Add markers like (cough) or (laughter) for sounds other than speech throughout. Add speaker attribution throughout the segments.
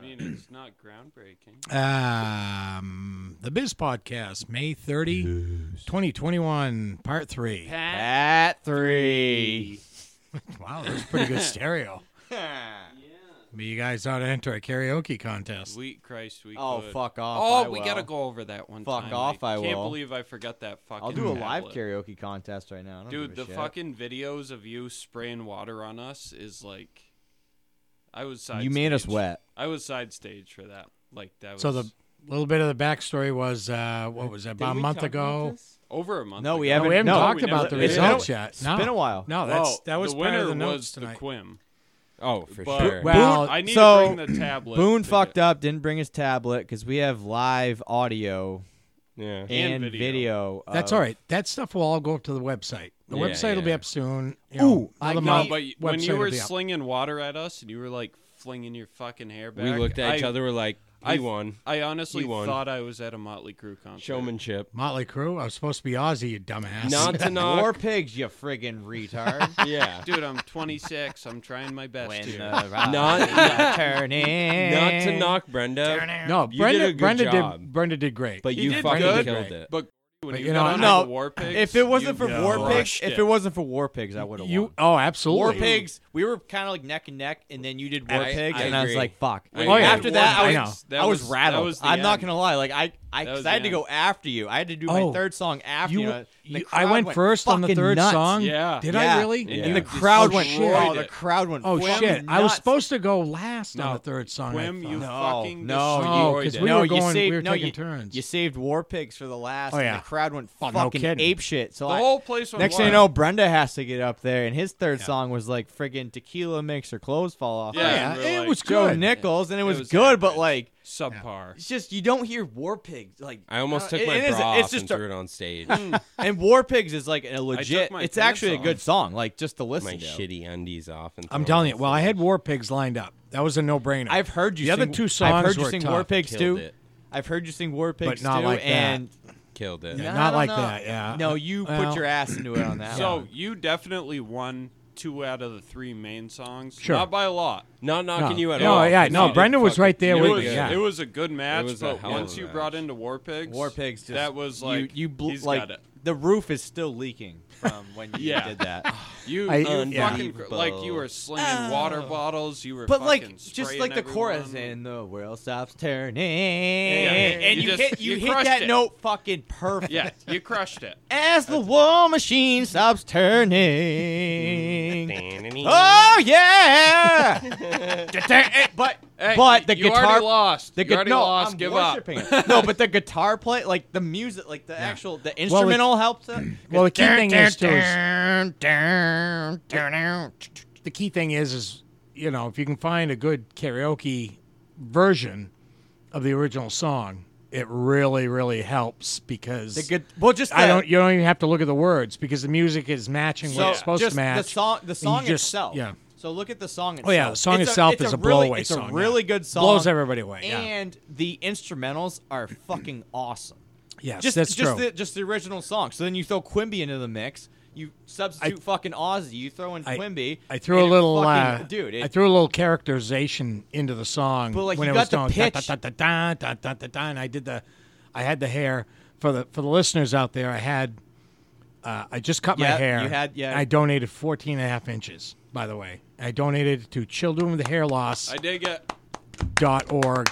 Speaker 1: mean,
Speaker 2: (clears throat)
Speaker 1: it's not groundbreaking.
Speaker 3: Um, the Biz Podcast, May 30, 2021, Part 3.
Speaker 1: Pat.
Speaker 2: At three.
Speaker 3: Wow, that's
Speaker 1: (laughs)
Speaker 3: pretty good stereo.
Speaker 1: Yeah.
Speaker 3: But you guys ought to enter a karaoke contest.
Speaker 1: Sweet Christ, we
Speaker 2: Oh,
Speaker 1: could.
Speaker 2: fuck off.
Speaker 1: Oh,
Speaker 2: I
Speaker 1: we
Speaker 2: will.
Speaker 1: gotta go over that one
Speaker 2: Fuck
Speaker 1: time.
Speaker 2: off, I
Speaker 1: can't
Speaker 2: will.
Speaker 1: believe I forgot that fucking
Speaker 2: I'll do a live
Speaker 1: tablet.
Speaker 2: karaoke contest right now. I don't
Speaker 1: Dude,
Speaker 2: give a
Speaker 1: the
Speaker 2: shit.
Speaker 1: fucking videos of you spraying water on us is like, I was side.
Speaker 2: You made us
Speaker 1: stage.
Speaker 2: wet.
Speaker 1: I was side stage for that. Like that was
Speaker 3: So the little bit of the backstory was, uh, what was it, about a month ago?
Speaker 1: over a month.
Speaker 2: No, we
Speaker 1: ago.
Speaker 3: No, we haven't
Speaker 2: No,
Speaker 3: talked
Speaker 1: we never
Speaker 3: about the
Speaker 1: did.
Speaker 3: results
Speaker 2: It's been a-
Speaker 3: yet.
Speaker 2: it's
Speaker 3: no.
Speaker 2: been a while.
Speaker 3: No,
Speaker 1: Well,
Speaker 3: that's that was
Speaker 1: Oh, the
Speaker 3: part
Speaker 1: winner
Speaker 3: of the notes
Speaker 1: was the
Speaker 3: tonight.
Speaker 1: Quim.
Speaker 4: Oh, for
Speaker 1: But
Speaker 4: sure.
Speaker 3: Well-
Speaker 1: I need
Speaker 2: so,
Speaker 1: to bring
Speaker 2: (clears throat)
Speaker 1: the tablet.
Speaker 2: Boone
Speaker 1: to
Speaker 2: fucked
Speaker 1: get-
Speaker 2: up, didn't bring his tablet because we have live audio
Speaker 4: yeah.
Speaker 2: and,
Speaker 1: video.
Speaker 2: video.
Speaker 3: That's
Speaker 1: uh,
Speaker 2: of-
Speaker 3: all
Speaker 2: (laughs)
Speaker 3: right. That stuff will all go up to the website. The
Speaker 4: Yeah,
Speaker 3: website will be
Speaker 4: yeah.
Speaker 3: up soon. You
Speaker 2: Ooh,
Speaker 3: know,
Speaker 2: I
Speaker 3: another
Speaker 2: got-
Speaker 1: No,
Speaker 3: month,
Speaker 1: but y- when
Speaker 3: website
Speaker 1: you
Speaker 3: will
Speaker 1: were
Speaker 3: be up.
Speaker 1: slinging water at us and you were like flinging your fucking hair back,
Speaker 4: We looked at each
Speaker 1: I-
Speaker 4: other. We're like, he
Speaker 1: I-
Speaker 4: won.
Speaker 1: I honestly
Speaker 4: You won.
Speaker 1: thought I was at a Motley Crue concert.
Speaker 4: (laughs) Showmanship.
Speaker 3: Motley Crue, I was supposed to be Aussie, you dumbass. (laughs)
Speaker 4: Not to knock.
Speaker 2: More pigs, you friggin' retard.
Speaker 4: yeah.
Speaker 1: Dude, I'm 26. I'm trying my best
Speaker 2: when
Speaker 1: here.
Speaker 2: the rock
Speaker 4: Not- (laughs)
Speaker 2: turning.
Speaker 4: Not to knock Brenda,
Speaker 3: no,
Speaker 4: You
Speaker 3: Brenda.
Speaker 4: did a good
Speaker 3: Brenda
Speaker 4: job.
Speaker 3: did. Brenda did great.
Speaker 4: but
Speaker 1: He
Speaker 4: you
Speaker 1: did
Speaker 4: fucking
Speaker 3: good.
Speaker 4: killed it.
Speaker 1: But when
Speaker 3: But,
Speaker 1: you,
Speaker 3: you
Speaker 1: got
Speaker 3: know,
Speaker 1: on
Speaker 2: no,
Speaker 1: the War Pigs,
Speaker 2: If it wasn't
Speaker 1: you
Speaker 2: for War
Speaker 4: Oh,
Speaker 2: Pigs,
Speaker 1: crushed
Speaker 2: if it wasn't for War Pigs, I would have
Speaker 3: you,
Speaker 2: won.
Speaker 3: oh, absolutely.
Speaker 2: War Pigs, we were kind of like neck and neck, and then you did War
Speaker 4: I-
Speaker 2: Pigs,
Speaker 4: I
Speaker 2: and I was
Speaker 4: agree.
Speaker 2: like, "Fuck."
Speaker 4: I
Speaker 3: agree.
Speaker 2: After that,
Speaker 3: Oh, I
Speaker 2: I
Speaker 3: know.
Speaker 2: was,
Speaker 1: That
Speaker 2: I was,
Speaker 1: was- that
Speaker 2: rattled.
Speaker 1: was the
Speaker 2: I'm not
Speaker 1: end.
Speaker 2: gonna lie, like I, I,
Speaker 1: That
Speaker 2: 'cause
Speaker 1: was
Speaker 2: I
Speaker 1: the
Speaker 2: had to
Speaker 1: end.
Speaker 2: go after you. I had to do
Speaker 3: Oh.
Speaker 2: my third song after
Speaker 3: You-
Speaker 2: you. and the
Speaker 3: you- I
Speaker 2: crowd
Speaker 3: went first on the
Speaker 2: fucking
Speaker 3: third
Speaker 2: nuts.
Speaker 3: song?
Speaker 1: Yeah.
Speaker 3: Did
Speaker 2: Yeah.
Speaker 3: I really?
Speaker 4: Yeah.
Speaker 2: and
Speaker 4: you
Speaker 2: the crowd
Speaker 1: destroyed
Speaker 2: went.
Speaker 1: it.
Speaker 2: Oh, the crowd went.
Speaker 3: Oh
Speaker 2: fucking
Speaker 3: shit! I was
Speaker 2: nuts.
Speaker 3: supposed to go last on
Speaker 1: No.
Speaker 3: the third song.
Speaker 1: Quim,
Speaker 3: I
Speaker 1: you
Speaker 3: thought.
Speaker 1: fucking
Speaker 2: No, Oh,
Speaker 3: no,
Speaker 1: destroyed
Speaker 3: because
Speaker 1: it.
Speaker 3: we
Speaker 2: No,
Speaker 3: were
Speaker 2: you
Speaker 3: going.
Speaker 2: saved-
Speaker 3: we were
Speaker 2: no,
Speaker 3: taking
Speaker 2: you-
Speaker 3: turns.
Speaker 2: You saved War Pigs for the last.
Speaker 3: Oh, yeah.
Speaker 2: and the crowd went
Speaker 3: Oh, no
Speaker 2: fucking
Speaker 3: kidding.
Speaker 2: ape shit. So
Speaker 1: the
Speaker 2: I,
Speaker 1: whole place was
Speaker 2: Next thing you know,
Speaker 1: wild.
Speaker 2: Brenda has to get up there, and his third
Speaker 3: Yeah.
Speaker 2: song was like friggin' tequila makes her clothes fall off.
Speaker 1: Yeah,
Speaker 3: Oh,
Speaker 1: and
Speaker 3: yeah,
Speaker 1: we're
Speaker 3: it
Speaker 1: like,
Speaker 3: was
Speaker 2: Joe
Speaker 3: good.
Speaker 2: Nichols, and it was,
Speaker 1: was
Speaker 2: good, but
Speaker 1: average.
Speaker 2: like
Speaker 1: subpar.
Speaker 2: it's just you don't hear War Pigs like.
Speaker 4: I almost
Speaker 2: Uh,
Speaker 4: took
Speaker 2: it-
Speaker 4: my
Speaker 2: it is-
Speaker 4: bra
Speaker 2: it's
Speaker 4: off
Speaker 2: just
Speaker 4: and
Speaker 2: a-
Speaker 4: threw it on
Speaker 3: (laughs)
Speaker 4: stage.
Speaker 3: Hmm.
Speaker 2: and War Pigs is like a legit.
Speaker 1: my
Speaker 2: It's
Speaker 1: pants
Speaker 2: actually a good
Speaker 1: off.
Speaker 2: song, like just to listen
Speaker 4: my
Speaker 2: to.
Speaker 4: shitty undies off. And
Speaker 3: I'm
Speaker 4: throw
Speaker 3: telling
Speaker 4: it
Speaker 3: you.
Speaker 4: on
Speaker 3: Well, I
Speaker 4: stage.
Speaker 3: had War Pigs lined up. That was a no-brainer.
Speaker 2: I've heard you.
Speaker 3: The other
Speaker 2: sing,
Speaker 3: two
Speaker 2: I've
Speaker 3: songs
Speaker 2: heard you
Speaker 3: were
Speaker 2: sing
Speaker 3: tough.
Speaker 2: War Pigs too.
Speaker 4: Killed it.
Speaker 2: I've heard you sing War Pigs
Speaker 3: not
Speaker 2: too,
Speaker 3: like that.
Speaker 2: and
Speaker 4: Killed it.
Speaker 3: Yeah.
Speaker 2: I
Speaker 3: Not
Speaker 2: don't
Speaker 3: like
Speaker 2: know.
Speaker 3: that, yeah.
Speaker 2: No, you
Speaker 3: Well-
Speaker 2: put your ass into it on that.
Speaker 1: So
Speaker 2: one.
Speaker 1: you definitely won two out of the three main songs.
Speaker 3: Sure.
Speaker 1: Not by a lot.
Speaker 4: Not knocking
Speaker 3: No.
Speaker 4: you at
Speaker 3: No,
Speaker 4: all.
Speaker 3: yeah,
Speaker 4: You
Speaker 3: no,
Speaker 4: did
Speaker 3: Brenda was
Speaker 4: fucking
Speaker 3: right there
Speaker 1: It
Speaker 3: Yeah,
Speaker 4: really
Speaker 3: with
Speaker 1: was,
Speaker 3: me,
Speaker 4: good.
Speaker 3: yeah.
Speaker 1: it was a good match,
Speaker 4: was a
Speaker 1: but
Speaker 4: hell of a
Speaker 1: once you
Speaker 4: match.
Speaker 1: brought into War Pigs,
Speaker 2: War Pigs. Just,
Speaker 1: that was
Speaker 2: you-
Speaker 1: like
Speaker 2: you, bl-
Speaker 1: he's
Speaker 2: like
Speaker 1: got it.
Speaker 2: the roof is still leaking
Speaker 1: (laughs)
Speaker 2: from when you
Speaker 1: Yeah. (sighs)
Speaker 2: did that.
Speaker 1: You,
Speaker 3: I-
Speaker 1: you
Speaker 3: yeah.
Speaker 1: fucking cr- like you were slinging
Speaker 3: Ah.
Speaker 1: water bottles. You were
Speaker 2: But like,
Speaker 1: fucking
Speaker 2: just
Speaker 1: spraying
Speaker 2: like the chorus,
Speaker 1: everyone.
Speaker 2: and the world stops turning,
Speaker 1: you
Speaker 2: and you,
Speaker 1: just-
Speaker 2: hit
Speaker 1: you
Speaker 2: you, hit
Speaker 1: crushed
Speaker 2: that
Speaker 1: it.
Speaker 2: note fucking perfect.
Speaker 1: yeah, you crushed it.
Speaker 2: As the war machine stops (laughs) turning, oh (laughs) yeah! but but the
Speaker 1: you
Speaker 2: guitar,
Speaker 1: already lost.
Speaker 2: the
Speaker 1: you
Speaker 2: gu-
Speaker 1: already
Speaker 2: no,
Speaker 1: lost.
Speaker 2: I'm
Speaker 1: Give up.
Speaker 2: worshiping it. (laughs) No, but the guitar play, like the music, like the actual, the
Speaker 3: it- (clears throat)
Speaker 2: instrumental helps. It.
Speaker 3: well, the key thing is too. Is,
Speaker 2: Dun, dun, dun, dun.
Speaker 3: the key thing is is you know if you can find a good karaoke version of the original song it really really helps because
Speaker 2: The good, well, just
Speaker 3: I
Speaker 2: the-
Speaker 3: don't you don't even have to look at the words because the music is matching what
Speaker 2: So
Speaker 3: it's supposed
Speaker 2: just
Speaker 3: to match
Speaker 2: the song, the
Speaker 3: and you
Speaker 2: song
Speaker 3: just-
Speaker 2: itself.
Speaker 3: yeah
Speaker 2: So look at the song itself.
Speaker 3: Oh, yeah, the song
Speaker 2: It's a-
Speaker 3: itself
Speaker 2: it's
Speaker 3: is a
Speaker 2: really,
Speaker 3: blowaway
Speaker 2: It's a
Speaker 3: song,
Speaker 2: really
Speaker 3: yeah.
Speaker 2: good song.
Speaker 3: blows everybody away yeah
Speaker 2: And the instrumentals are fucking awesome.
Speaker 3: yes
Speaker 2: Just
Speaker 3: that's
Speaker 2: just
Speaker 3: true
Speaker 2: the just the original song. So then you throw Quimby into the mix. You substitute
Speaker 3: I-
Speaker 2: fucking Ozzy. You throw in
Speaker 3: I-
Speaker 2: Quimby.
Speaker 3: I threw a
Speaker 2: and it
Speaker 3: little
Speaker 2: fucking-
Speaker 3: uh,
Speaker 2: dude. It,
Speaker 3: I threw a little characterization into the song
Speaker 2: But, like,
Speaker 3: when
Speaker 2: you
Speaker 3: it
Speaker 2: got
Speaker 3: was
Speaker 2: the
Speaker 3: going da,
Speaker 2: pitch.
Speaker 3: da, da, da, da, da, da, da, and I did the I had the hair for the for the listeners out there I had uh, I just cut my
Speaker 2: Yeah,
Speaker 3: hair
Speaker 2: you had- yeah.
Speaker 3: and I donated 14 and a half inches by the way I donated it to children with hair loss
Speaker 1: I dig it.
Speaker 3: dot org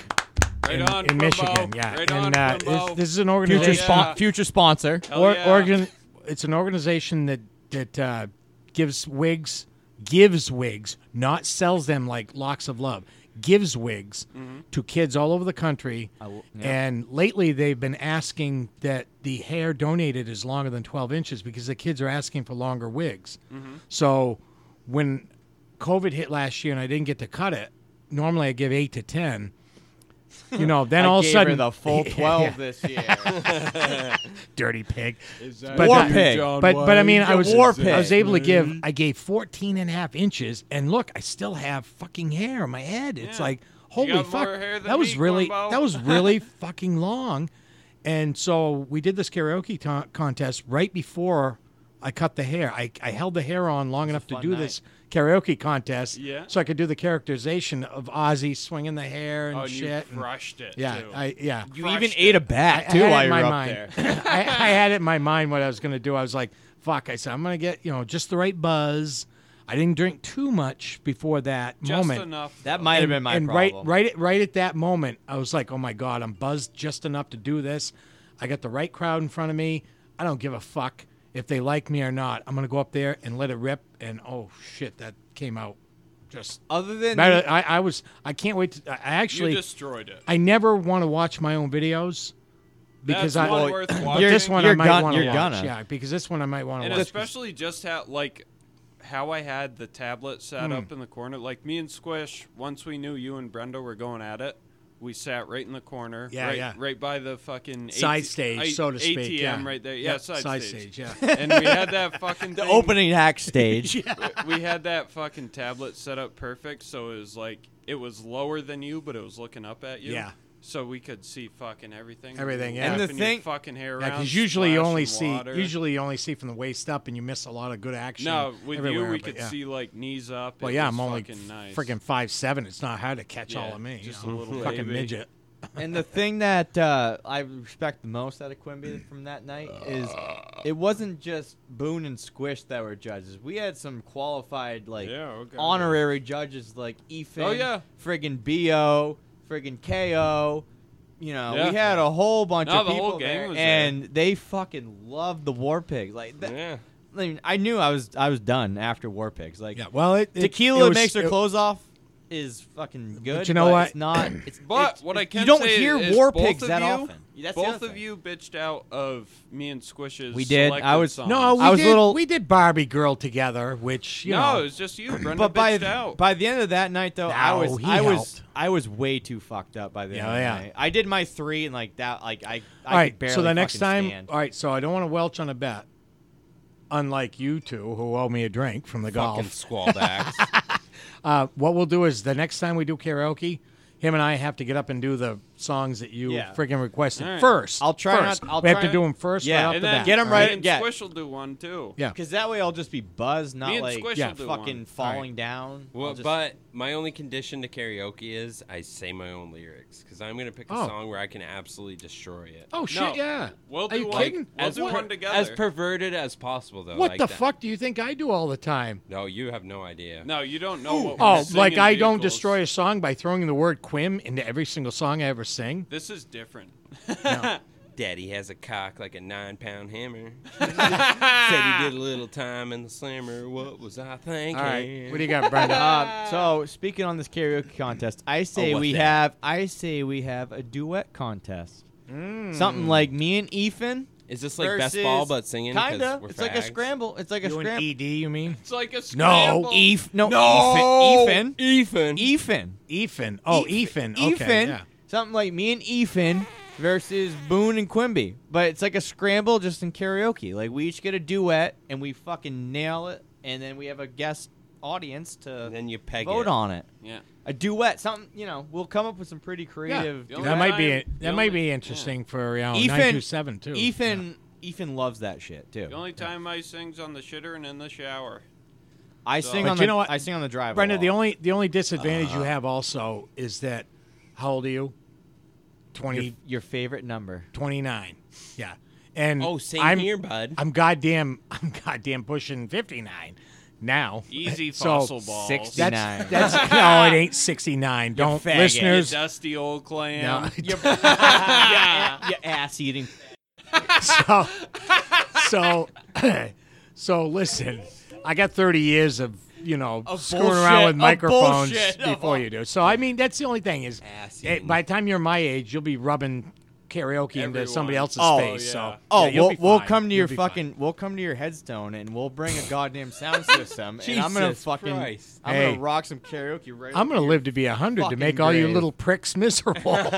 Speaker 1: Right
Speaker 3: in,
Speaker 1: on
Speaker 3: in
Speaker 1: Crumbo.
Speaker 3: Michigan yeah
Speaker 1: Right on
Speaker 3: and uh,
Speaker 1: Crumbo.
Speaker 3: this, this is an
Speaker 2: future,
Speaker 3: organization
Speaker 1: yeah.
Speaker 2: spon- future sponsor.
Speaker 1: Hell
Speaker 3: or,
Speaker 1: yeah.
Speaker 3: organ, it's an organization that that uh, gives wigs, gives wigs, not sells them like locks of love. Gives wigs
Speaker 2: Mm-hmm.
Speaker 3: to kids all over the country,
Speaker 2: will- yeah.
Speaker 3: and lately they've been asking that the hair donated is longer than twelve inches because the kids are asking for longer wigs.
Speaker 2: Mm-hmm.
Speaker 3: So when COVID hit last year and I didn't get to cut it, normally I give eight to ten. You
Speaker 2: (laughs)
Speaker 3: know, then
Speaker 2: I
Speaker 3: all of a
Speaker 2: gave
Speaker 3: sudden
Speaker 2: her the full
Speaker 3: (laughs) Yeah,
Speaker 2: twelve this year.
Speaker 3: dirty pig.
Speaker 2: But War
Speaker 3: that- (laughs)
Speaker 2: pig.
Speaker 3: but but I mean I
Speaker 2: Your
Speaker 3: was
Speaker 2: war
Speaker 3: I
Speaker 2: pig.
Speaker 3: was able to
Speaker 1: Mm-hmm.
Speaker 3: give I gave 14 and a half inches and look I still have fucking hair on my head it's
Speaker 1: Yeah.
Speaker 3: like
Speaker 1: You
Speaker 3: holy
Speaker 1: got
Speaker 3: fuck
Speaker 1: more hair than
Speaker 3: that was
Speaker 1: me,
Speaker 3: really
Speaker 1: Corbo.
Speaker 3: that was
Speaker 1: (laughs)
Speaker 3: really fucking long and so we did this karaoke to contest right before I cut the hair I, I held the hair on long enough to
Speaker 2: fun
Speaker 3: do
Speaker 2: night.
Speaker 3: this karaoke contest.
Speaker 1: Yeah.
Speaker 3: So I could do the characterization of Ozzy swinging the hair and
Speaker 1: Oh, and you
Speaker 3: shit. and-
Speaker 1: crushed it.
Speaker 3: yeah,
Speaker 1: too.
Speaker 3: I yeah.
Speaker 2: You
Speaker 1: Crushed
Speaker 2: even
Speaker 1: it.
Speaker 2: ate a
Speaker 3: I,
Speaker 2: bat
Speaker 3: I
Speaker 2: too
Speaker 3: had it
Speaker 2: while
Speaker 3: in
Speaker 2: you
Speaker 3: my
Speaker 2: were up
Speaker 3: mind.
Speaker 2: there.
Speaker 3: (laughs) I, I had it in my mind what I was gonna do. I was like, "Fuck!" I said, "I'm gonna get you know just the right buzz." I didn't drink too much before that
Speaker 1: Just
Speaker 3: moment.
Speaker 1: enough.
Speaker 2: That
Speaker 1: though.
Speaker 2: might have been my
Speaker 3: and
Speaker 2: problem.
Speaker 3: right, right, at, right at that moment, I was like, "Oh my god, I'm buzzed just enough to do this. I got the right crowd in front of me. I don't give a fuck if they like me or not. I'm gonna go up there and let it rip." And oh shit, that came out just.
Speaker 2: Other than
Speaker 3: Matter, I, I was. I can't wait to. I I
Speaker 1: You
Speaker 3: actually.
Speaker 1: destroyed it.
Speaker 3: I never want to watch my own videos because
Speaker 1: That's
Speaker 3: I.
Speaker 1: not
Speaker 3: (coughs)
Speaker 1: worth
Speaker 3: but
Speaker 1: watching.
Speaker 3: this one I
Speaker 2: You're
Speaker 3: might
Speaker 2: gon-
Speaker 3: want to
Speaker 2: you're
Speaker 3: watch.
Speaker 2: gonna.
Speaker 3: Yeah, because this one I might want to
Speaker 1: and
Speaker 3: watch.
Speaker 1: especially just how like how I had the tablet
Speaker 3: Hmm.
Speaker 1: set up in the corner. Like me and Squish, once we knew you and Brenda were going at it, we sat right in the corner,
Speaker 3: Yeah,
Speaker 1: right,
Speaker 3: yeah.
Speaker 1: right by the fucking
Speaker 3: side
Speaker 1: AT-
Speaker 3: stage,
Speaker 1: I-
Speaker 3: so to speak.
Speaker 1: ATM
Speaker 3: yeah.
Speaker 1: right there. Yeah,
Speaker 3: Yep,
Speaker 1: side, stage.
Speaker 3: Yeah.
Speaker 1: (laughs) and we had
Speaker 3: (laughs)
Speaker 1: that fucking
Speaker 2: the
Speaker 1: thing-
Speaker 2: opening act stage,
Speaker 1: We had that fucking tablet set up perfect, so it was like it was lower than you, but it was looking up at you.
Speaker 3: Yeah.
Speaker 1: So we could see fucking everything.
Speaker 3: Everything, yeah.
Speaker 1: And
Speaker 3: And
Speaker 1: the
Speaker 2: the
Speaker 1: thing,
Speaker 2: thing-
Speaker 1: fucking hair
Speaker 3: Yeah,
Speaker 1: around.
Speaker 3: because usually you
Speaker 1: splashing
Speaker 3: only see
Speaker 1: water.
Speaker 3: usually you only see from the waist up, and you miss a lot of good action.
Speaker 1: no with you
Speaker 3: everywhere,
Speaker 1: we
Speaker 3: but
Speaker 1: could
Speaker 3: yeah.
Speaker 1: see like knees up.
Speaker 3: Well,
Speaker 1: It
Speaker 3: yeah,
Speaker 1: was
Speaker 3: I'm only
Speaker 1: fucking nice.
Speaker 3: freaking five seven. It's not hard to catch all
Speaker 1: Yeah,
Speaker 3: of me. you
Speaker 1: just a
Speaker 3: know?
Speaker 1: little
Speaker 3: fucking
Speaker 1: baby.
Speaker 3: midget.
Speaker 2: and the thing that uh, I respect the most out of Quimby from that night is it wasn't just Boone and Squish that were judges. We had some qualified like
Speaker 1: Yeah, okay.
Speaker 2: honorary judges like Ethan,
Speaker 1: Oh, yeah.
Speaker 2: friggin' Bo, friggin' Ko. You know,
Speaker 1: Yeah.
Speaker 2: we had a whole bunch
Speaker 1: No,
Speaker 2: of
Speaker 1: the
Speaker 2: people
Speaker 1: whole gang
Speaker 2: there,
Speaker 1: was there.
Speaker 2: and they fucking loved the War Pigs. Like, that,
Speaker 4: Yeah.
Speaker 2: I, mean, I knew I was I was done after War Pigs. Like,
Speaker 3: Yeah. Well, it, it-
Speaker 2: tequila
Speaker 3: it was-
Speaker 2: makes their
Speaker 3: it-
Speaker 2: clothes off is fucking good.
Speaker 3: you know what?
Speaker 2: It's not. It's,
Speaker 1: (clears throat) But
Speaker 2: it's-
Speaker 1: what I can
Speaker 2: you don't
Speaker 1: say
Speaker 2: hear
Speaker 1: is
Speaker 2: war
Speaker 1: both
Speaker 2: pigs
Speaker 1: of
Speaker 2: that
Speaker 1: you-
Speaker 2: often. That's the
Speaker 1: Both
Speaker 2: other
Speaker 1: of
Speaker 2: thing.
Speaker 1: you bitched out of me and Squish's.
Speaker 2: We did. I
Speaker 1: selected
Speaker 2: was-
Speaker 1: songs.
Speaker 3: No, we
Speaker 2: I was
Speaker 3: did,
Speaker 2: little-
Speaker 3: We did Barbie Girl together, which you
Speaker 1: no,
Speaker 3: know.
Speaker 1: it was just
Speaker 2: (clears throat)
Speaker 1: you. Brenda
Speaker 2: But by
Speaker 1: bitched out.
Speaker 2: by the end of that night, though, I
Speaker 3: No,
Speaker 2: was
Speaker 3: he
Speaker 2: I was
Speaker 3: helped.
Speaker 2: I was way too fucked up by the end.
Speaker 3: Yeah,
Speaker 2: of the
Speaker 3: yeah.
Speaker 2: night. I did my three and like that. Like I. I
Speaker 3: all right.
Speaker 2: Could barely
Speaker 3: so the next
Speaker 2: fucking
Speaker 3: time,
Speaker 2: stand.
Speaker 3: all right. So I don't want to welch on a bet. Unlike you two, who owe me a drink from the
Speaker 4: Fucking
Speaker 3: golf. (laughs)
Speaker 4: squallbacks.
Speaker 3: Uh, what we'll do is the next time we do karaoke, him and I have to get up and do the songs that you
Speaker 2: Yeah.
Speaker 3: friggin' requested
Speaker 1: All right.
Speaker 3: first.
Speaker 2: I'll try
Speaker 3: first.
Speaker 2: not- I'll
Speaker 3: we have
Speaker 2: try-
Speaker 3: to do them first.
Speaker 2: Yeah,
Speaker 3: right off
Speaker 1: and
Speaker 3: the
Speaker 1: then
Speaker 3: bat,
Speaker 2: Get 'em
Speaker 3: all
Speaker 2: right-
Speaker 1: Me and
Speaker 2: yeah.
Speaker 1: Squish will do one too.
Speaker 3: Yeah.
Speaker 2: Because that way I'll just be buzzed, not
Speaker 1: and
Speaker 2: like
Speaker 1: Squish
Speaker 3: will
Speaker 2: yeah,
Speaker 1: do
Speaker 2: fucking
Speaker 1: one.
Speaker 2: falling
Speaker 3: Alright.
Speaker 2: down. I'll
Speaker 4: well,
Speaker 2: just-
Speaker 4: but my only condition to karaoke is I say my own lyrics because I'm gonna pick a
Speaker 3: Oh.
Speaker 4: song where I can absolutely destroy it.
Speaker 3: Oh shit! Yeah.
Speaker 1: We'll
Speaker 3: Are
Speaker 1: do
Speaker 3: you
Speaker 1: one.
Speaker 3: kidding?
Speaker 1: We'll
Speaker 4: as
Speaker 1: do
Speaker 4: per-
Speaker 1: one together.
Speaker 4: as perverted as possible, though.
Speaker 3: What
Speaker 4: like
Speaker 3: the
Speaker 4: that-
Speaker 3: fuck do you think I do all the time?
Speaker 4: No, you have no idea.
Speaker 1: no, you don't know what.
Speaker 3: Oh,
Speaker 1: we're
Speaker 3: like
Speaker 1: singing
Speaker 3: I don't
Speaker 1: vehicles.
Speaker 3: destroy a song by throwing the word "quim" into every single song I ever sing.
Speaker 1: This is different.
Speaker 4: Daddy has a cock like a nine-pound hammer. Said he did a little time in the slammer. What was I thinking?
Speaker 3: All right, what do you got, Brenda?
Speaker 2: (laughs) Uh, so speaking on this karaoke contest, I say
Speaker 4: what
Speaker 2: we
Speaker 4: the-
Speaker 2: have I say we have a duet contest. Something like me and Ethan.
Speaker 4: Is this like best
Speaker 2: versus-
Speaker 4: ball but singing? 'cause
Speaker 2: Kinda.
Speaker 4: we're
Speaker 2: It's like a
Speaker 4: fags?
Speaker 2: scramble. It's like a
Speaker 3: you and E.
Speaker 2: scramble.
Speaker 3: Ed? You mean
Speaker 1: It's like a scramble.
Speaker 3: No,
Speaker 2: Eve. No. Ethan.
Speaker 4: Ethan. E-
Speaker 2: Ethan. Ethan.
Speaker 3: Ethan? Oh, Ethan. Okay,
Speaker 2: Ethan.
Speaker 3: yeah.
Speaker 2: Something like me and Ethan versus Boone and Quimby, but it's like a scramble just in karaoke. Like we each get a duet and we fucking nail it, and then we have a guest audience to
Speaker 4: And then you peg
Speaker 2: vote
Speaker 4: it.
Speaker 2: on it.
Speaker 1: Yeah.
Speaker 2: a duet, something you know. We'll come up with some pretty creative.
Speaker 1: Yeah. The
Speaker 3: That might be
Speaker 1: only-
Speaker 3: that might be interesting for you know,
Speaker 2: Ethan-
Speaker 3: nine two seven too.
Speaker 2: Ethan, Ethan loves that shit too.
Speaker 1: The only time I sings on the shitter and in the shower.
Speaker 2: (laughs) I sing
Speaker 3: But
Speaker 2: on
Speaker 3: you
Speaker 2: the
Speaker 3: know what?
Speaker 2: I sing on the drive.
Speaker 3: Brenda,
Speaker 2: a
Speaker 3: the
Speaker 2: lot.
Speaker 3: only the only disadvantage you have also is that how old are you?
Speaker 2: your,
Speaker 3: 20,
Speaker 2: your favorite number.
Speaker 3: 29. Yeah, and
Speaker 4: Oh, same
Speaker 3: I'm,
Speaker 4: here, bud.
Speaker 3: I'm goddamn (laughs) I'm goddamn pushing fifty nine now.
Speaker 1: Easy
Speaker 3: So,
Speaker 1: fossil balls.
Speaker 2: 60.
Speaker 1: You
Speaker 3: That's
Speaker 2: 69.
Speaker 3: that's (laughs) no, it ain't sixty nine. Don't
Speaker 2: faggot.
Speaker 3: listeners.
Speaker 1: dusty old clam. (laughs)
Speaker 2: (laughs)
Speaker 3: No, (laughs)
Speaker 2: you ass eating.
Speaker 3: so so (clears throat) so listen i got 30 years of you know screwing around
Speaker 2: bullshit,
Speaker 3: with
Speaker 2: of
Speaker 3: microphones
Speaker 2: bullshit.
Speaker 3: before you do so i mean that's the only thing is
Speaker 4: Ass
Speaker 3: eh,
Speaker 4: eating.
Speaker 3: by the time you're my age you'll be rubbing karaoke into
Speaker 1: Everyone.
Speaker 3: somebody else's
Speaker 1: Oh,
Speaker 3: face
Speaker 1: yeah.
Speaker 3: so
Speaker 2: (laughs) Oh,
Speaker 3: yeah, you'll
Speaker 2: we'll,
Speaker 3: be
Speaker 2: we'll
Speaker 3: fine.
Speaker 2: come to
Speaker 3: You'll
Speaker 2: your
Speaker 3: be fine.
Speaker 2: fucking we'll come to your headstone and we'll bring a goddamn sound system and I'm gonna
Speaker 4: Jesus
Speaker 2: fucking
Speaker 4: Christ.
Speaker 2: I'm
Speaker 3: Hey.
Speaker 2: gonna rock some karaoke right.
Speaker 3: i'm gonna
Speaker 2: over
Speaker 3: live to be 100 to
Speaker 2: fucking
Speaker 3: make all you
Speaker 2: grave.
Speaker 3: little pricks miserable
Speaker 4: (laughs)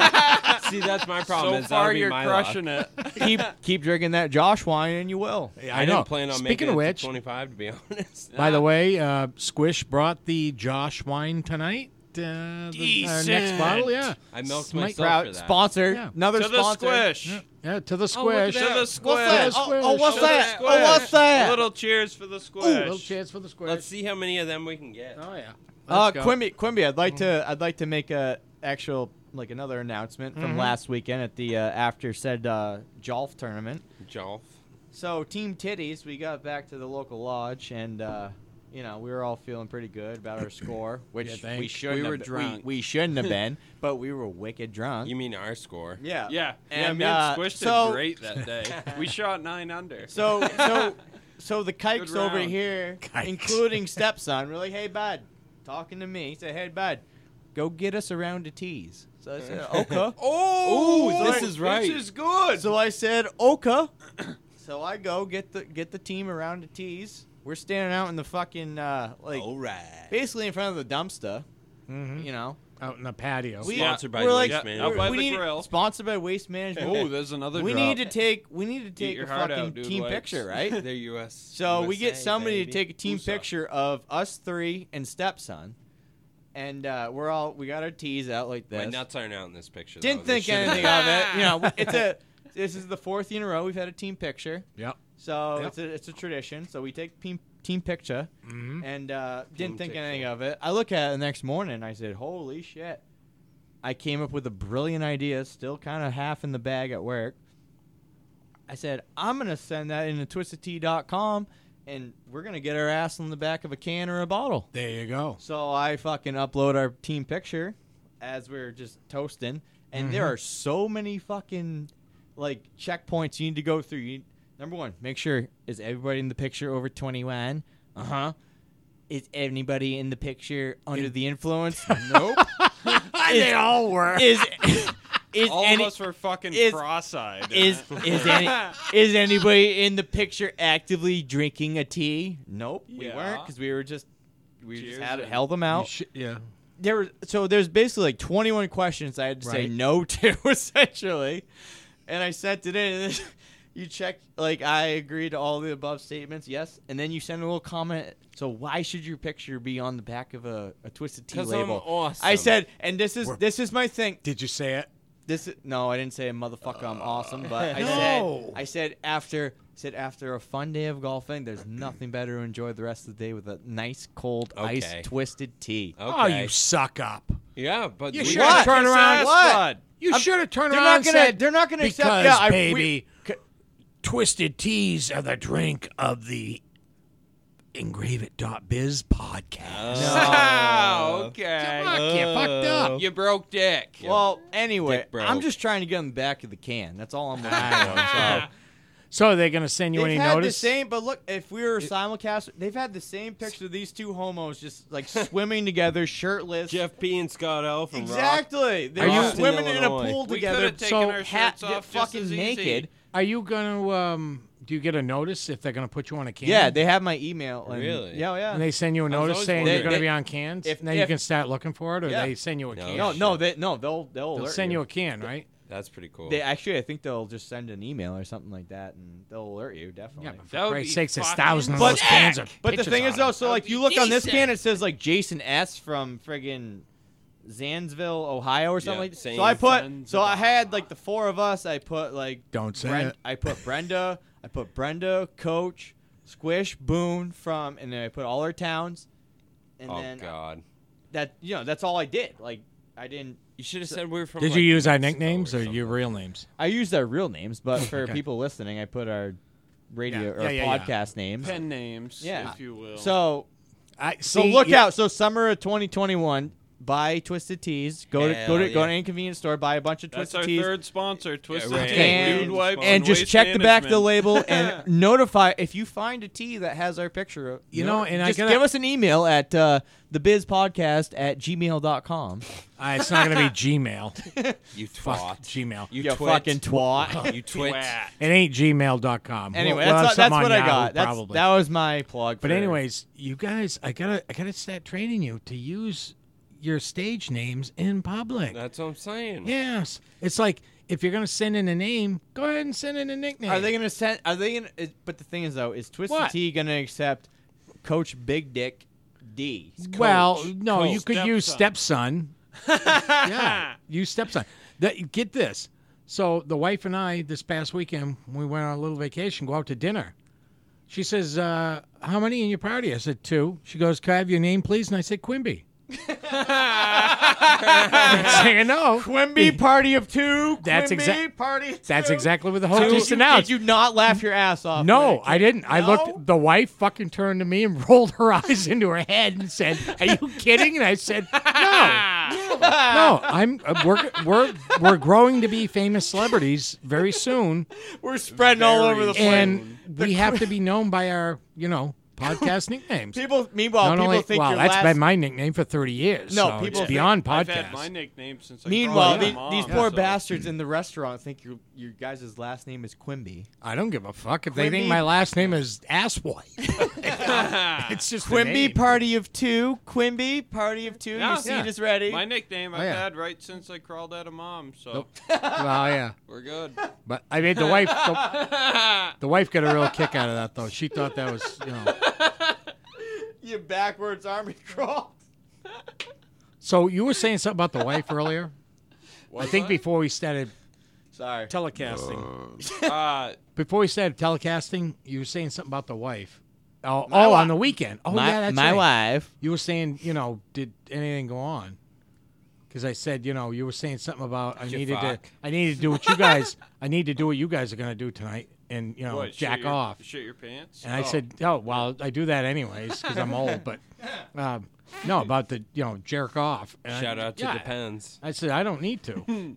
Speaker 4: See, that's my problem.
Speaker 1: So
Speaker 4: is that'll
Speaker 1: far,
Speaker 4: be
Speaker 1: you're
Speaker 4: my luck.
Speaker 1: crushing it.
Speaker 2: here. keep keep drinking that Josh wine and you will.
Speaker 4: I,
Speaker 3: know.
Speaker 4: didn't plan on
Speaker 3: speaking
Speaker 4: making it
Speaker 3: of
Speaker 4: to
Speaker 3: which
Speaker 4: 25, to be (laughs) honest.
Speaker 3: by the way uh, squish brought the josh wine tonight uh, the, our next bottle. Yeah,
Speaker 4: I milked
Speaker 3: Smite-
Speaker 4: myself for
Speaker 2: Proud
Speaker 4: that.
Speaker 2: sponsor.
Speaker 3: Yeah.
Speaker 2: (laughs) Another
Speaker 1: To the
Speaker 2: sponsor.
Speaker 1: squish.
Speaker 3: yeah, to the
Speaker 1: look at
Speaker 3: squish.
Speaker 1: that. To the
Speaker 2: What's Oh, that?
Speaker 1: squish.
Speaker 2: Oh, oh, what's
Speaker 1: To the
Speaker 2: that? Oh,
Speaker 1: squish.
Speaker 2: what's that?
Speaker 1: Little cheers for the squish.
Speaker 3: Little chance for the squish.
Speaker 4: Let's see how many of them we can get.
Speaker 3: Oh yeah.
Speaker 2: Uh,
Speaker 3: Let's go.
Speaker 2: Quimby, Quimby, I'd like to, I'd like to make a actual like another announcement from last weekend at the uh, after said uh, Jolf tournament.
Speaker 4: Jolf.
Speaker 2: So Team Titties, we got back to the local lodge, and uh, you know we were all feeling pretty good about our score, which
Speaker 3: thank-
Speaker 2: we shouldn't
Speaker 4: we were
Speaker 2: have,
Speaker 4: drunk.
Speaker 2: We, we shouldn't have been, but we were wicked drunk.
Speaker 4: You mean our score?
Speaker 2: yeah,
Speaker 1: Yeah,
Speaker 2: And,
Speaker 1: yeah,
Speaker 2: uh,
Speaker 1: me and Squish
Speaker 2: so-
Speaker 1: did great that day.
Speaker 2: (laughs)
Speaker 1: we shot nine under.
Speaker 2: So so so the kikes
Speaker 1: Good
Speaker 2: over
Speaker 1: round.
Speaker 2: here,
Speaker 3: Kikes.
Speaker 2: including stepson, were like, "Hey bud," talking to me. He said, "Hey bud, go get us a round of teas." So I said, "Okay."
Speaker 4: Oh,
Speaker 2: Ooh,
Speaker 4: this
Speaker 2: so-
Speaker 4: is right.
Speaker 1: This is good.
Speaker 2: So I said, "Okay." (coughs) So I go get the get the team around the tees. We're standing out in the fucking uh, like
Speaker 4: all right.
Speaker 2: basically in front of the dumpster.
Speaker 3: Mhm.
Speaker 2: You know,
Speaker 3: Out in the patio.
Speaker 2: We-
Speaker 4: Sponsored by
Speaker 2: we're like-
Speaker 4: Waste
Speaker 1: Yeah,
Speaker 4: Man.
Speaker 1: I'll buy the
Speaker 2: need,
Speaker 1: grill.
Speaker 2: sponsored by Waste Management.
Speaker 1: oh, there's another.
Speaker 2: we
Speaker 1: drop.
Speaker 2: need to take we need to take
Speaker 1: your
Speaker 2: a
Speaker 1: heart
Speaker 2: fucking
Speaker 1: out, dude,
Speaker 2: team
Speaker 1: Wipes.
Speaker 2: picture,
Speaker 4: (laughs)
Speaker 2: right?
Speaker 4: They're US.
Speaker 2: So we get
Speaker 4: USA,
Speaker 2: somebody
Speaker 4: baby.
Speaker 2: to take a team
Speaker 4: Who's up?
Speaker 2: picture of us three and stepson, and uh, we're all we got our tees out like
Speaker 4: My
Speaker 2: this.
Speaker 4: nuts aren't out in this picture.
Speaker 2: Didn't
Speaker 4: though. They
Speaker 2: think
Speaker 4: should've
Speaker 2: anything
Speaker 4: been. (laughs)
Speaker 2: of it. You know, it's a this is the fourth year in a row we've had a team picture,
Speaker 3: Yep.
Speaker 2: so
Speaker 3: Yep.
Speaker 2: it's a it's a tradition. So we take team team picture,
Speaker 3: Mhm.
Speaker 2: and uh, didn't
Speaker 4: Team
Speaker 2: think
Speaker 4: picture.
Speaker 2: anything of it. I look at it the next morning. I said, "Holy shit!" I came up with a brilliant idea. Still kind of half in the bag at work. I said, I'm going to send that into twistedtea.com and we're going to get our ass on the back of a can or a bottle.
Speaker 3: There you
Speaker 2: (laughs)
Speaker 3: go.
Speaker 2: So I fucking upload our team picture as we're just toasting. And there
Speaker 1: Mm-hmm.
Speaker 2: are so many fucking like checkpoints you need to go through. You, number one, make sure is everybody in the picture over 21? Uh huh. Is anybody in the picture under the
Speaker 1: (laughs)
Speaker 2: influence? nope.
Speaker 3: they all were.
Speaker 2: Is is
Speaker 1: All
Speaker 2: any,
Speaker 1: of us were fucking
Speaker 2: is-
Speaker 1: cross-eyed.
Speaker 2: is
Speaker 1: (laughs)
Speaker 2: is any is anybody in the picture actively drinking a tea? Nope, we
Speaker 1: Yeah.
Speaker 2: weren't because we were just we just
Speaker 1: Cheers
Speaker 2: had
Speaker 1: and-
Speaker 2: held them out.
Speaker 3: yeah.
Speaker 2: there were so there's basically like 21 questions I had to say
Speaker 3: Right.
Speaker 2: no (laughs) to essentially, and I sent it in. And then (laughs) you check like I agree to all the above statements, yes, and then you send a little comment. So why should your picture be on the back of a, a twisted tea
Speaker 4: 'Cause I'm
Speaker 2: label?
Speaker 4: awesome.
Speaker 2: I said, and this is
Speaker 3: We're-
Speaker 2: this is my thing.
Speaker 3: Did you say it?
Speaker 2: This is, no, I didn't say motherfucker. I'm awesome, but I
Speaker 3: No.
Speaker 2: said I said after said after a fun day of golfing, there's nothing better to enjoy the rest of the day with a nice cold iced
Speaker 4: Okay.
Speaker 2: twisted tea.
Speaker 3: Oh,
Speaker 4: Okay.
Speaker 3: you suck up.
Speaker 4: yeah, but
Speaker 3: You
Speaker 4: we-
Speaker 3: should
Speaker 2: What?
Speaker 3: have turned around.
Speaker 1: Kiss ass,
Speaker 2: What?
Speaker 1: bud.
Speaker 3: You should have turned
Speaker 2: they're
Speaker 3: around.
Speaker 2: not
Speaker 3: and
Speaker 2: gonna-
Speaker 3: said,
Speaker 2: they're not gonna
Speaker 3: because,
Speaker 2: accept- yeah, I-
Speaker 3: baby,
Speaker 2: we-
Speaker 3: twisted teas are the drink of the engrave it dot biz podcast. (laughs)
Speaker 4: Oh, okay.
Speaker 3: Fuck, you fucked up.
Speaker 4: You broke dick.
Speaker 2: Well, anyway,
Speaker 4: Dick broke.
Speaker 2: I'm just trying to get in the back of the can. That's all
Speaker 3: (laughs)
Speaker 2: I'm lying
Speaker 3: So are they going to send you
Speaker 2: Oh. They've
Speaker 3: any
Speaker 2: had
Speaker 3: notice?
Speaker 2: the same, but look, if we were simulcast, they've had the same picture of these two homos just like swimming together, shirtless.
Speaker 4: Jeff B and Scott L from Rock.
Speaker 2: exactly. They're
Speaker 4: Are you-
Speaker 2: swimming in a
Speaker 4: Illinois.
Speaker 2: pool
Speaker 1: We
Speaker 2: together,
Speaker 1: could've taken
Speaker 2: so
Speaker 1: our
Speaker 2: hat,
Speaker 1: shirts off just
Speaker 2: fucking
Speaker 1: as easy.
Speaker 2: naked.
Speaker 3: Are you going to um do you get a notice if they're going to put you on a can?
Speaker 2: Yeah, they have my email. And,
Speaker 4: Really?
Speaker 2: Yeah, yeah.
Speaker 3: and they send you a notice
Speaker 4: always
Speaker 3: saying
Speaker 4: wondering.
Speaker 3: you're going to
Speaker 2: They-
Speaker 3: be on cans,
Speaker 2: if-
Speaker 3: and then you
Speaker 2: if-
Speaker 3: can start looking for it, or
Speaker 2: Yeah.
Speaker 3: they send you a can.
Speaker 2: no, no, they no, they'll they'll,
Speaker 3: they'll
Speaker 2: alert
Speaker 3: send you
Speaker 2: you.
Speaker 3: a can, right?
Speaker 4: That's pretty cool.
Speaker 2: They actually, I think they'll just send an email or something like that, and they'll alert you definitely.
Speaker 3: Yeah, but
Speaker 1: That
Speaker 3: for
Speaker 1: would
Speaker 3: Christ's
Speaker 1: be
Speaker 3: sakes, there's
Speaker 1: fucking
Speaker 3: thousands of
Speaker 2: But-
Speaker 3: those cans. Of
Speaker 2: But the
Speaker 3: pictures
Speaker 2: thing
Speaker 3: on
Speaker 2: is,
Speaker 3: them.
Speaker 2: though, so
Speaker 1: That'd
Speaker 2: like
Speaker 1: be
Speaker 2: you look on this
Speaker 1: decent.
Speaker 2: can, it says like Jason S from friggin' Zansville, Ohio, or
Speaker 4: Yeah,
Speaker 2: something. like
Speaker 4: Zan-
Speaker 2: So I put, so
Speaker 1: Zanzibar.
Speaker 2: I had like the four of us. I put like
Speaker 3: Don't say
Speaker 2: Bren-
Speaker 3: it.
Speaker 2: I put Brenda. I put Brenda, Coach, Squish, Boone from, and then I put all our towns. And
Speaker 4: oh
Speaker 2: then
Speaker 4: God.
Speaker 2: that you know that's all I did. Like I didn't.
Speaker 4: You should have said we were from.
Speaker 3: Did
Speaker 4: like,
Speaker 3: you use our
Speaker 4: Mexico
Speaker 3: nicknames or
Speaker 4: something.
Speaker 3: your real names?
Speaker 2: I used our real names,
Speaker 3: (laughs)
Speaker 2: but for
Speaker 3: Okay.
Speaker 2: people listening, I put our radio
Speaker 3: Yeah,
Speaker 2: or
Speaker 3: yeah, yeah, yeah.
Speaker 2: podcast names.
Speaker 1: eh, pen names,
Speaker 2: Yeah.
Speaker 1: if you will.
Speaker 2: So
Speaker 3: I
Speaker 2: So
Speaker 3: see,
Speaker 2: look
Speaker 3: yeah,
Speaker 2: out. So summer of 2021, buy Twisted Teas. Go to go
Speaker 4: Hell
Speaker 2: to go
Speaker 4: yeah.
Speaker 2: to any convenience store, buy a bunch of
Speaker 1: that's
Speaker 2: Twisted
Speaker 1: our
Speaker 2: Teas,
Speaker 1: third sponsor, Twisted
Speaker 4: right.
Speaker 1: Tea,
Speaker 2: And-
Speaker 1: Dude Wipes,
Speaker 2: and just
Speaker 1: Waste
Speaker 2: check the back of the
Speaker 1: Management. (laughs)
Speaker 2: label and notify if you find a tea that has our picture. of-
Speaker 3: You know, and I
Speaker 2: just
Speaker 3: gotta-
Speaker 2: give us an email at uh, thebizpodcast at gmail.com.
Speaker 3: Uh, it's not (laughs) going to be Gmail.
Speaker 4: You
Speaker 3: Fuck
Speaker 4: twat.
Speaker 3: Gmail.
Speaker 4: You
Speaker 2: You
Speaker 4: twit.
Speaker 2: fucking (laughs)
Speaker 4: (laughs)
Speaker 2: twat.
Speaker 4: You twit.
Speaker 1: Twat.
Speaker 3: It ain't gmail.com. We'll- we'll
Speaker 2: anyway,
Speaker 3: have
Speaker 2: that's, what, that's
Speaker 3: something on
Speaker 2: what I
Speaker 3: Yahoo,
Speaker 2: got. That's,
Speaker 3: probably.
Speaker 2: that was my plug.
Speaker 3: but
Speaker 2: for-
Speaker 3: anyways, you guys, I gotta, I gotta start training you to use your stage names in public.
Speaker 4: That's what I'm saying.
Speaker 3: yes, it's like if you're gonna send in a name, go ahead and send in a nickname.
Speaker 2: Are they gonna send? Are they gonna? Is, but the thing is, though, is Twisted
Speaker 3: What?
Speaker 2: Tea gonna accept Coach Big Dick
Speaker 4: D. He's coach.
Speaker 3: Well, no,
Speaker 1: Coach.
Speaker 3: you could use stepson.
Speaker 2: (laughs)
Speaker 3: yeah, use stepson. That- get this. So the wife and I this past weekend we went on a little vacation, go out to dinner. She says, uh, "How many in your party?" I said, two. She goes, "Can I have your name, please?" And I said, "Quimby." (laughs) Next thing I know,
Speaker 2: (laughs) Quimby party of two.
Speaker 3: That's
Speaker 2: Quimby
Speaker 3: exact-
Speaker 2: party. Of
Speaker 3: That's
Speaker 2: two.
Speaker 3: exactly what the
Speaker 2: Did
Speaker 3: host just
Speaker 2: you-
Speaker 3: announced.
Speaker 2: Did you not laugh your ass off?
Speaker 3: No,
Speaker 2: Nick?
Speaker 3: I didn't. I
Speaker 2: No?
Speaker 3: looked. The wife fucking turned to me and (laughs) rolled her eyes into her head and said, "Are
Speaker 2: (laughs)
Speaker 3: you kidding?" And I said, "No, no, no. I'm uh, we're we're we're growing to be famous celebrities very soon,
Speaker 2: We're spreading all
Speaker 1: Very
Speaker 2: over the place.
Speaker 3: and we have to be known by our you know
Speaker 2: (laughs)
Speaker 3: podcast nicknames.
Speaker 2: people, meanwhile,
Speaker 3: Not
Speaker 2: people
Speaker 3: only
Speaker 2: think
Speaker 3: well,
Speaker 2: your
Speaker 3: that's
Speaker 2: last.
Speaker 3: been my nickname for thirty years.
Speaker 2: No,
Speaker 3: so it's
Speaker 2: people think-
Speaker 3: beyond
Speaker 1: I've had my
Speaker 3: podcast.
Speaker 1: nickname since. I
Speaker 2: meanwhile,
Speaker 1: crawled
Speaker 2: the-
Speaker 1: out of my
Speaker 2: these
Speaker 1: mom,
Speaker 2: poor
Speaker 1: so-
Speaker 2: bastards in the restaurant think your your guys' last name is Quimby.
Speaker 3: I don't give a fuck if they
Speaker 2: Quimby-
Speaker 3: think my last name is asswipe. (laughs) it's just a
Speaker 2: Quimby
Speaker 3: name.
Speaker 2: party of two. Quimby party of two.
Speaker 1: Yeah.
Speaker 2: Your seat
Speaker 3: Yeah.
Speaker 2: is
Speaker 1: (laughs)
Speaker 2: ready.
Speaker 1: My nickname I've
Speaker 3: Oh, yeah.
Speaker 1: had right since I crawled out of mom, so
Speaker 3: Well, yeah.
Speaker 1: we're good.
Speaker 3: (laughs) But I mean, the wife, the, the wife got a real kick out of that though. She thought that was, you know.
Speaker 2: you backwards army (laughs) crawl.
Speaker 3: So you were saying something about the wife earlier. I think before we started
Speaker 2: Sorry.
Speaker 3: telecasting,
Speaker 1: Uh,
Speaker 3: before we started telecasting, you were saying something about the wife. Oh,
Speaker 2: My
Speaker 3: oh,
Speaker 2: wi-
Speaker 3: on the weekend. Oh, yeah, that's right.
Speaker 2: wife.
Speaker 3: You were saying, you know, did anything go on? Because I said, you know, you were saying something about I
Speaker 4: you
Speaker 3: needed to,
Speaker 4: fuck.
Speaker 3: I needed to do what you guys, I need to do what you guys are gonna do tonight, and you know,
Speaker 1: what,
Speaker 3: Oh, jack
Speaker 1: shit your,
Speaker 3: off.
Speaker 1: Shit your pants.
Speaker 3: And I said, "Oh well, I do that anyways because I'm old."
Speaker 4: (laughs)
Speaker 3: But um, no, about the you know jerk off. And
Speaker 4: Shout
Speaker 3: I,
Speaker 4: out to
Speaker 3: yeah.
Speaker 4: the Pens.
Speaker 3: I said I don't
Speaker 4: (laughs)
Speaker 3: need to. you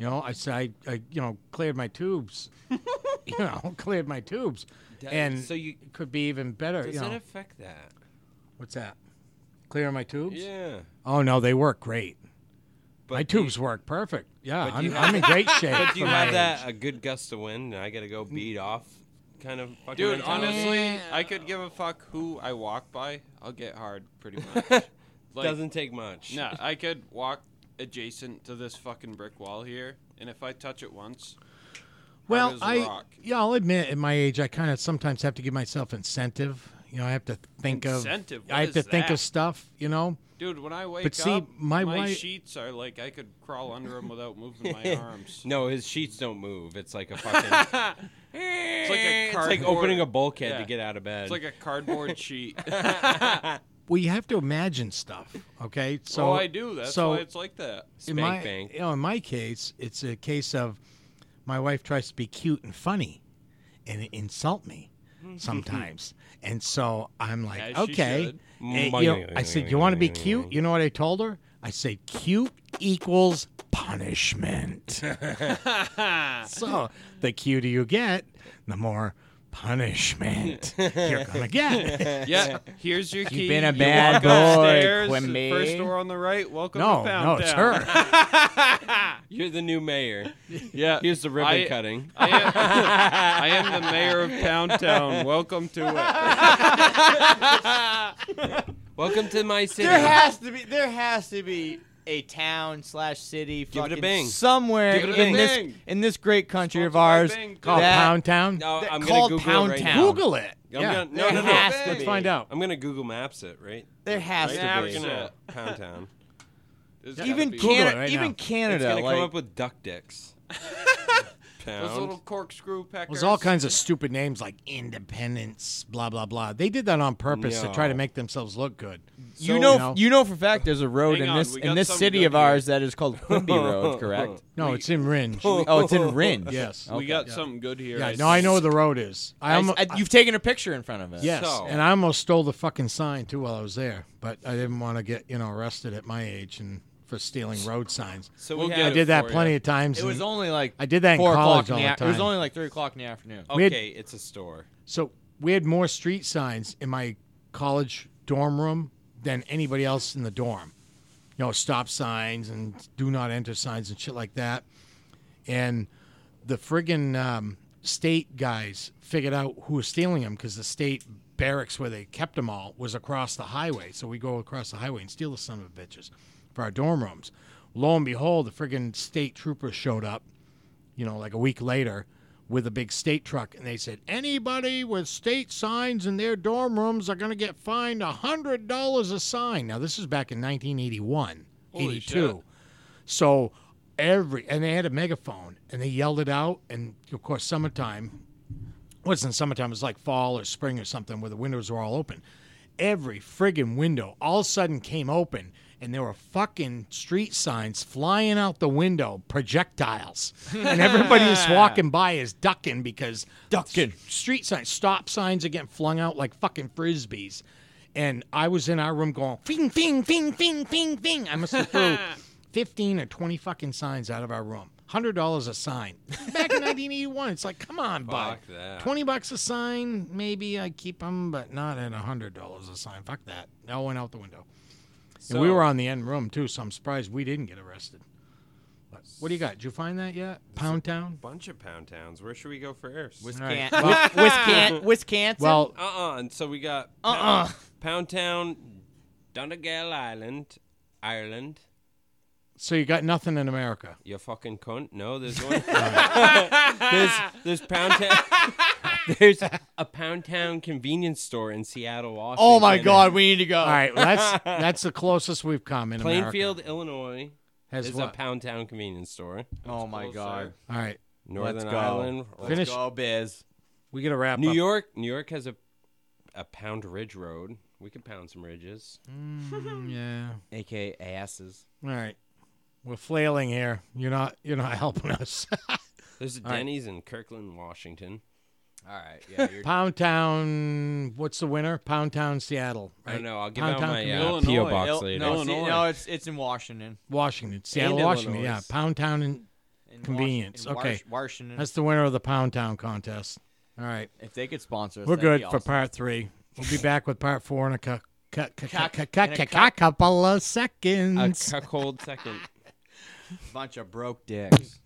Speaker 3: know, I said I, I you know cleared my
Speaker 4: (laughs)
Speaker 3: tubes. you know, (laughs) cleared my tubes, and
Speaker 4: so you
Speaker 3: it could be even better.
Speaker 4: does
Speaker 3: you know,
Speaker 4: that affect that?
Speaker 3: what's that? Clearing my tubes?
Speaker 4: Yeah,
Speaker 3: Oh no, they work great.
Speaker 4: but
Speaker 3: my
Speaker 4: do you-
Speaker 3: tubes work perfect. Yeah,
Speaker 4: do you
Speaker 3: I'm,
Speaker 4: have-
Speaker 3: I'm in great shape.
Speaker 4: (laughs) But do you
Speaker 3: for my
Speaker 4: have
Speaker 3: age.
Speaker 4: that a good gust of wind? And I gotta go beat off, kind of. Fucking
Speaker 1: Dude,
Speaker 4: mentality?
Speaker 1: honestly, I could give a fuck who I walk by. I'll get hard
Speaker 3: (laughs)
Speaker 1: pretty much. Like, (laughs)
Speaker 4: doesn't take much.
Speaker 1: No, I could walk adjacent to this fucking brick wall here, and if I touch it once, hard
Speaker 3: Well,
Speaker 1: as a
Speaker 3: I
Speaker 1: rock.
Speaker 3: yeah, I'll admit at my age, I kind of sometimes have to give myself incentive. You know, I have to think
Speaker 1: Incentive?
Speaker 3: of
Speaker 1: What
Speaker 3: I have
Speaker 1: is
Speaker 3: to think
Speaker 1: that?
Speaker 3: of stuff. You know,
Speaker 1: dude, when I wake
Speaker 3: see,
Speaker 1: up,
Speaker 3: my wi-
Speaker 1: sheets are like I could crawl under them without moving my
Speaker 3: (laughs)
Speaker 1: arms.
Speaker 4: No, his sheets don't move. It's
Speaker 1: (laughs)
Speaker 4: like a fucking.
Speaker 1: It's like a
Speaker 4: it's
Speaker 1: cardboard.
Speaker 4: like opening a bulkhead
Speaker 1: Yeah.
Speaker 4: to get out of bed.
Speaker 1: It's like a cardboard sheet.
Speaker 3: well, you have to imagine stuff. Okay,
Speaker 1: (laughs)
Speaker 3: so
Speaker 1: oh, I do. That's
Speaker 3: so
Speaker 1: why it's like that.
Speaker 3: in
Speaker 4: spank
Speaker 3: my
Speaker 4: bank.
Speaker 3: you know, in my case, it's a case of my wife tries to be cute and funny, and
Speaker 4: (laughs)
Speaker 3: insult me sometimes, and so I'm like,
Speaker 1: As she
Speaker 3: okay.
Speaker 1: should.
Speaker 3: Eh, you know, I said, you want to be cute? You know what I told her? I said, cute equals
Speaker 4: (laughs)
Speaker 3: punishment. so the cuter you get, the more punishment you're gonna
Speaker 4: (laughs)
Speaker 3: get.
Speaker 1: Yeah, here's your key.
Speaker 2: been a
Speaker 1: You
Speaker 2: bad
Speaker 1: walk
Speaker 2: boy,
Speaker 1: upstairs,
Speaker 2: Quimby.
Speaker 1: First door on the right. Welcome
Speaker 3: No,
Speaker 1: to
Speaker 3: no,
Speaker 1: Pound
Speaker 3: it's
Speaker 1: Town.
Speaker 4: (laughs)
Speaker 3: her.
Speaker 4: You're the new mayor.
Speaker 1: Yeah,
Speaker 4: Here's the ribbon
Speaker 1: I-
Speaker 4: cutting.
Speaker 1: (laughs) I am, I am the mayor of Pound Town. Welcome to it.
Speaker 4: Welcome to my city.
Speaker 2: There has to be. There has to be a town slash city.
Speaker 4: it a
Speaker 2: fucking
Speaker 4: bing.
Speaker 2: Somewhere
Speaker 4: Give it a
Speaker 2: in
Speaker 4: bing.
Speaker 2: this
Speaker 1: Bing.
Speaker 2: in this great country
Speaker 1: Sponsored
Speaker 2: of
Speaker 1: by
Speaker 2: ours.
Speaker 1: Bing.
Speaker 3: Called
Speaker 2: that-
Speaker 3: Oh, Pound Town.
Speaker 4: No, I'm
Speaker 2: called
Speaker 4: gonna Google
Speaker 2: Pound
Speaker 4: it right
Speaker 2: Town.
Speaker 4: now.
Speaker 3: Google it.
Speaker 4: I'm
Speaker 3: yeah.
Speaker 4: gonna, no,
Speaker 2: There
Speaker 4: no, no.
Speaker 2: has to
Speaker 3: Let's
Speaker 2: be.
Speaker 3: find out.
Speaker 4: I'm gonna Google Maps it. Right.
Speaker 2: There has
Speaker 4: Right
Speaker 2: to
Speaker 1: now
Speaker 4: now
Speaker 2: be.
Speaker 4: we're
Speaker 1: be.
Speaker 4: gonna Pound
Speaker 3: (laughs)
Speaker 4: Town.
Speaker 1: There's gotta
Speaker 2: Even
Speaker 1: be-
Speaker 3: Google it
Speaker 2: Canada.
Speaker 3: right
Speaker 2: even
Speaker 3: now.
Speaker 4: It's
Speaker 2: Canada.
Speaker 4: gonna
Speaker 2: like,
Speaker 4: come up with duck
Speaker 1: (laughs)
Speaker 4: dicks.
Speaker 1: Those little
Speaker 4: Pound.
Speaker 1: corkscrew peckers.
Speaker 3: There's all kinds of stupid names like Independence, blah blah blah. They did that on purpose to try to
Speaker 4: No.
Speaker 3: make themselves look good.
Speaker 2: you
Speaker 3: So,
Speaker 2: know, you know for a fact there's a road
Speaker 1: Hang
Speaker 2: in
Speaker 1: on,
Speaker 2: this
Speaker 1: we
Speaker 2: in
Speaker 1: got
Speaker 2: this
Speaker 1: something
Speaker 2: city
Speaker 1: good
Speaker 2: of
Speaker 1: here.
Speaker 2: ours that is called Quimby Road, correct?
Speaker 3: no, it's in Ringe.
Speaker 2: Oh, it's in Ringe.
Speaker 3: Yes.
Speaker 1: We got something good here.
Speaker 3: Yeah,
Speaker 1: I
Speaker 3: no, I
Speaker 1: see.
Speaker 3: know where the road is. I,
Speaker 2: I,
Speaker 3: almo-
Speaker 2: I- you've taken a picture in front of us.
Speaker 3: Yes,
Speaker 4: So-
Speaker 3: and I almost stole the fucking sign too while I was there, but I didn't want to get you know arrested at my age and for stealing road signs.
Speaker 4: So
Speaker 1: We'll
Speaker 4: we
Speaker 1: get
Speaker 4: had
Speaker 1: it
Speaker 3: I did that
Speaker 4: for
Speaker 3: plenty
Speaker 4: ya.
Speaker 3: of times.
Speaker 2: It was
Speaker 3: and-
Speaker 2: only like
Speaker 3: I did that in
Speaker 2: four
Speaker 3: college
Speaker 2: o'clock in
Speaker 3: all
Speaker 2: the
Speaker 3: the
Speaker 2: a- It was
Speaker 3: time.
Speaker 2: only like three o'clock in the afternoon.
Speaker 4: Ah.
Speaker 3: We had-
Speaker 4: Okay, it's a store.
Speaker 3: so we had more street signs in my college dorm room than anybody else in the dorm. You know, stop signs and do not enter signs and shit like that. And the friggin' um, state guys figured out who was stealing them because the state barracks where they kept them all was across the highway. So we go across the highway and steal the son of the bitches for our dorm rooms. Lo and behold, the friggin' state troopers showed up, you know, like a week later with a big state truck, and they said anybody with state signs in their dorm rooms are going to get fined a hundred dollars a sign. Now this is back in 1981,
Speaker 1: Holy
Speaker 3: 82.
Speaker 1: shit.
Speaker 3: So every and they had a megaphone and they yelled it out, and of course summertime wasn't summertime. It was like fall or spring or something where the windows were all open. Every friggin' window all of a sudden came open, and there were fucking street signs flying out the window, projectiles. and
Speaker 4: (laughs)
Speaker 3: everybody who's walking by is ducking because
Speaker 2: Ducking.
Speaker 3: s- street signs, stop signs are getting flung out like fucking frisbees. And I was in our room going, fing, fing, fing, fing, fing, fing. I must
Speaker 4: (laughs)
Speaker 3: have threw 15 or 20 fucking signs out of our room. $100 a
Speaker 4: (laughs)
Speaker 3: sign. Back in 1981, it's like, come on, bud.
Speaker 4: Fuck that.
Speaker 3: 20 bucks a sign, maybe I keep them, but not at $100 a sign. Fuck that. That went out the window. and we
Speaker 4: So-
Speaker 3: were on the end room, too, so I'm surprised we didn't get arrested. But what do you got? Did you find that yet? Pound Town?
Speaker 4: Bunch of pound towns. Where should we go first?
Speaker 2: Wiscan-
Speaker 3: All
Speaker 2: Wiscan- Wisconsin.
Speaker 3: Well,
Speaker 4: Uh uh And so we got
Speaker 2: Uh-uh.
Speaker 4: Pound Town, Donegal Island, Ireland.
Speaker 3: so you got nothing in America.
Speaker 4: You fucking cunt. No, there's
Speaker 2: (laughs)
Speaker 4: one. there's there's Pound Town. (laughs) There's a Pound Town convenience store in Seattle, Washington.
Speaker 2: oh my God, we need to go.
Speaker 3: All right,
Speaker 4: (laughs)
Speaker 3: well, that's that's the closest we've come in
Speaker 4: Oh. Plainfield,
Speaker 3: America.
Speaker 4: Illinois
Speaker 3: has
Speaker 4: is a
Speaker 3: what?
Speaker 4: Pound Town convenience store.
Speaker 2: Oh my
Speaker 1: Closer.
Speaker 2: God.
Speaker 3: All right,
Speaker 4: Northern
Speaker 2: Let's go.
Speaker 4: Ireland.
Speaker 2: Let's
Speaker 3: Finish-
Speaker 2: go, Biz.
Speaker 3: we got to wrap
Speaker 4: New
Speaker 3: up.
Speaker 4: York. New York has a a pound ridge road. We could pound some ridges. (laughs)
Speaker 3: Mm, yeah.
Speaker 2: AKA asses.
Speaker 3: All right, we're flailing here. You're not you're not (laughs) helping us.
Speaker 4: There's a
Speaker 3: right.
Speaker 4: Denny's in Kirkland, Washington.
Speaker 2: All right. Yeah. (laughs) You're
Speaker 3: Pound Town. What's the winner? Pound Town, Seattle.
Speaker 4: I
Speaker 3: Right?
Speaker 4: don't know. I'll give
Speaker 3: Pound
Speaker 4: out
Speaker 3: Town
Speaker 4: my
Speaker 3: Community-
Speaker 4: uh,
Speaker 1: Illinois.
Speaker 4: PO box
Speaker 2: Il-
Speaker 4: later.
Speaker 2: no, see,
Speaker 1: Illinois.
Speaker 2: no, it's it's in Washington.
Speaker 3: Washington, Seattle, Washington. Yeah,
Speaker 4: Illinois.
Speaker 3: Pound Town, and
Speaker 2: In
Speaker 3: Convenience,
Speaker 2: Wash- in
Speaker 3: okay.
Speaker 2: Wash- Washington.
Speaker 3: that's the winner of the Pound Town contest. All right,
Speaker 2: if they could sponsor us,
Speaker 3: we're
Speaker 2: that'd
Speaker 3: good
Speaker 2: be
Speaker 3: for
Speaker 2: awesome.
Speaker 3: part three. We'll be back with part four in a cou- cou- cou-
Speaker 2: Cock-
Speaker 3: cou-
Speaker 2: in a
Speaker 3: cou- cou-
Speaker 2: cock-
Speaker 3: couple of
Speaker 4: A
Speaker 3: seconds.
Speaker 4: cuckold second.
Speaker 2: (clears throat) bunch of broke dicks.